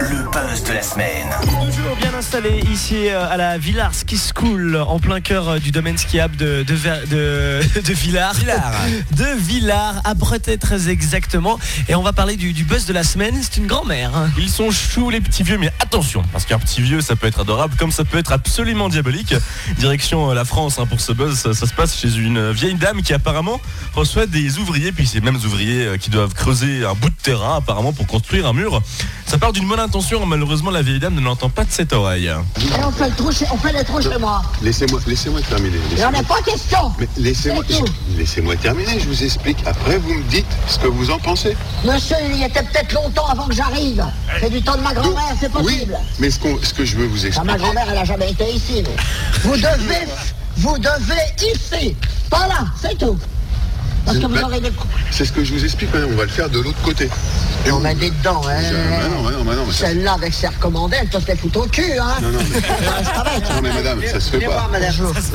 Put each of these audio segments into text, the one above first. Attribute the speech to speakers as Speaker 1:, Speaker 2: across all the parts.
Speaker 1: Le buzz de la semaine.
Speaker 2: Toujours bien installé ici euh, à la Villars Ski School, en plein cœur euh, du domaine skiable de, de, Ver- de, de Villars.
Speaker 3: Villars.
Speaker 2: De Villars, à Bretet très exactement. Et on va parler du, du buzz de la semaine. C'est une grand-mère. hein.
Speaker 4: Ils sont choux les petits vieux, mais attention, parce qu'un petit vieux, ça peut être adorable, comme ça peut être absolument diabolique. Direction euh, la France hein, pour ce buzz, ça, ça se passe chez une euh, vieille dame qui apparemment reçoit des ouvriers, puis ces mêmes ouvriers euh, qui doivent creuser un bout de terrain apparemment pour construire un mur. Ça part d'une bonne intention, malheureusement la vieille dame ne l'entend pas de cette oreille.
Speaker 5: Et on fait le trou chez, on fait le trou chez moi.
Speaker 6: Laissez-moi, laissez-moi terminer.
Speaker 5: Et on
Speaker 6: Laissez-moi,
Speaker 5: n'a pas question.
Speaker 6: mais laissez-moi,
Speaker 5: C'est tout.
Speaker 6: je- laissez-moi terminer. Je vous explique. Après, vous me dites ce que vous en pensez.
Speaker 5: Monsieur, il y était peut-être longtemps avant que j'arrive. C'est du temps de ma
Speaker 6: Donc,
Speaker 5: grand-mère, c'est possible.
Speaker 6: Oui, mais ce, qu'on- ce que je veux vous
Speaker 5: Ah,
Speaker 6: expliquer.
Speaker 5: ma grand-mère, elle n'a jamais été ici. mais. Vous devez, vous devez ici. Pas là, c'est tout. Parce que vous
Speaker 6: Ben-
Speaker 5: aurez des coups.
Speaker 6: C'est ce que je vous explique. ouais, on va le faire de l'autre côté.
Speaker 5: Et on m'a dit dedans, hein.
Speaker 6: bah non, bah non, bah non, mais ça-
Speaker 5: Celle-là avec ses recommandés, elle te fait foutre au cul, hein.
Speaker 6: Non, non, mais,
Speaker 5: Ah, c'est pas bête.
Speaker 6: non, mais madame, ça se fait pas.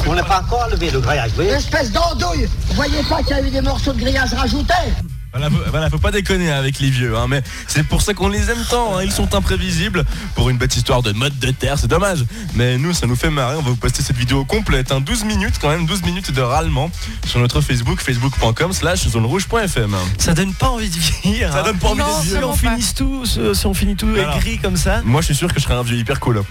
Speaker 7: On n'a pas encore levé le grillage, vous voyez
Speaker 5: hein. Espèce d'andouille. Vous voyez pas qu'il y a eu des morceaux de grillage rajoutés
Speaker 4: Voilà, faut, voilà, faut pas déconner avec les vieux, hein, mais c'est pour ça qu'on les aime tant, hein, ils sont imprévisibles. Pour une bête histoire de mode de terre, c'est dommage. Mais nous, ça nous fait marrer, on va vous poster cette vidéo complète, hein, 12 minutes quand même, 12 minutes de râlement sur notre Facebook, facebook.com slash zonerouge.fm.
Speaker 2: Ça donne pas envie de vieillir.
Speaker 4: Ça
Speaker 2: hein.
Speaker 4: donne pas envie
Speaker 2: Non,
Speaker 4: de vieillir.
Speaker 2: Si on, finisse tout, si si on finit tout
Speaker 4: Voilà.
Speaker 2: aigri comme ça.
Speaker 4: Moi, je suis sûr que je serai un vieux hyper cool.
Speaker 2: Ouais,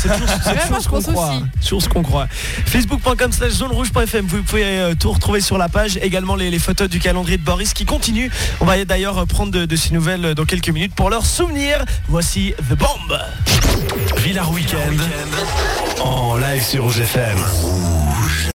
Speaker 2: c'est toujours, c'est
Speaker 8: Ouais,
Speaker 2: toujours
Speaker 8: moi, je
Speaker 2: ce qu'on
Speaker 8: pense
Speaker 2: croit.
Speaker 8: aussi.
Speaker 2: Sur ce qu'on croit. Facebook.com slash zonerouge.fm, vous pouvez euh, tout retrouver sur la page. Également les, les photos du calendrier de Boris qui continue. On va d'ailleurs euh, prendre de, de ces nouvelles euh, dans quelques minutes pour leur souvenir. Voici The Bomb.
Speaker 9: Villard Weekend en live sur Rouge FM.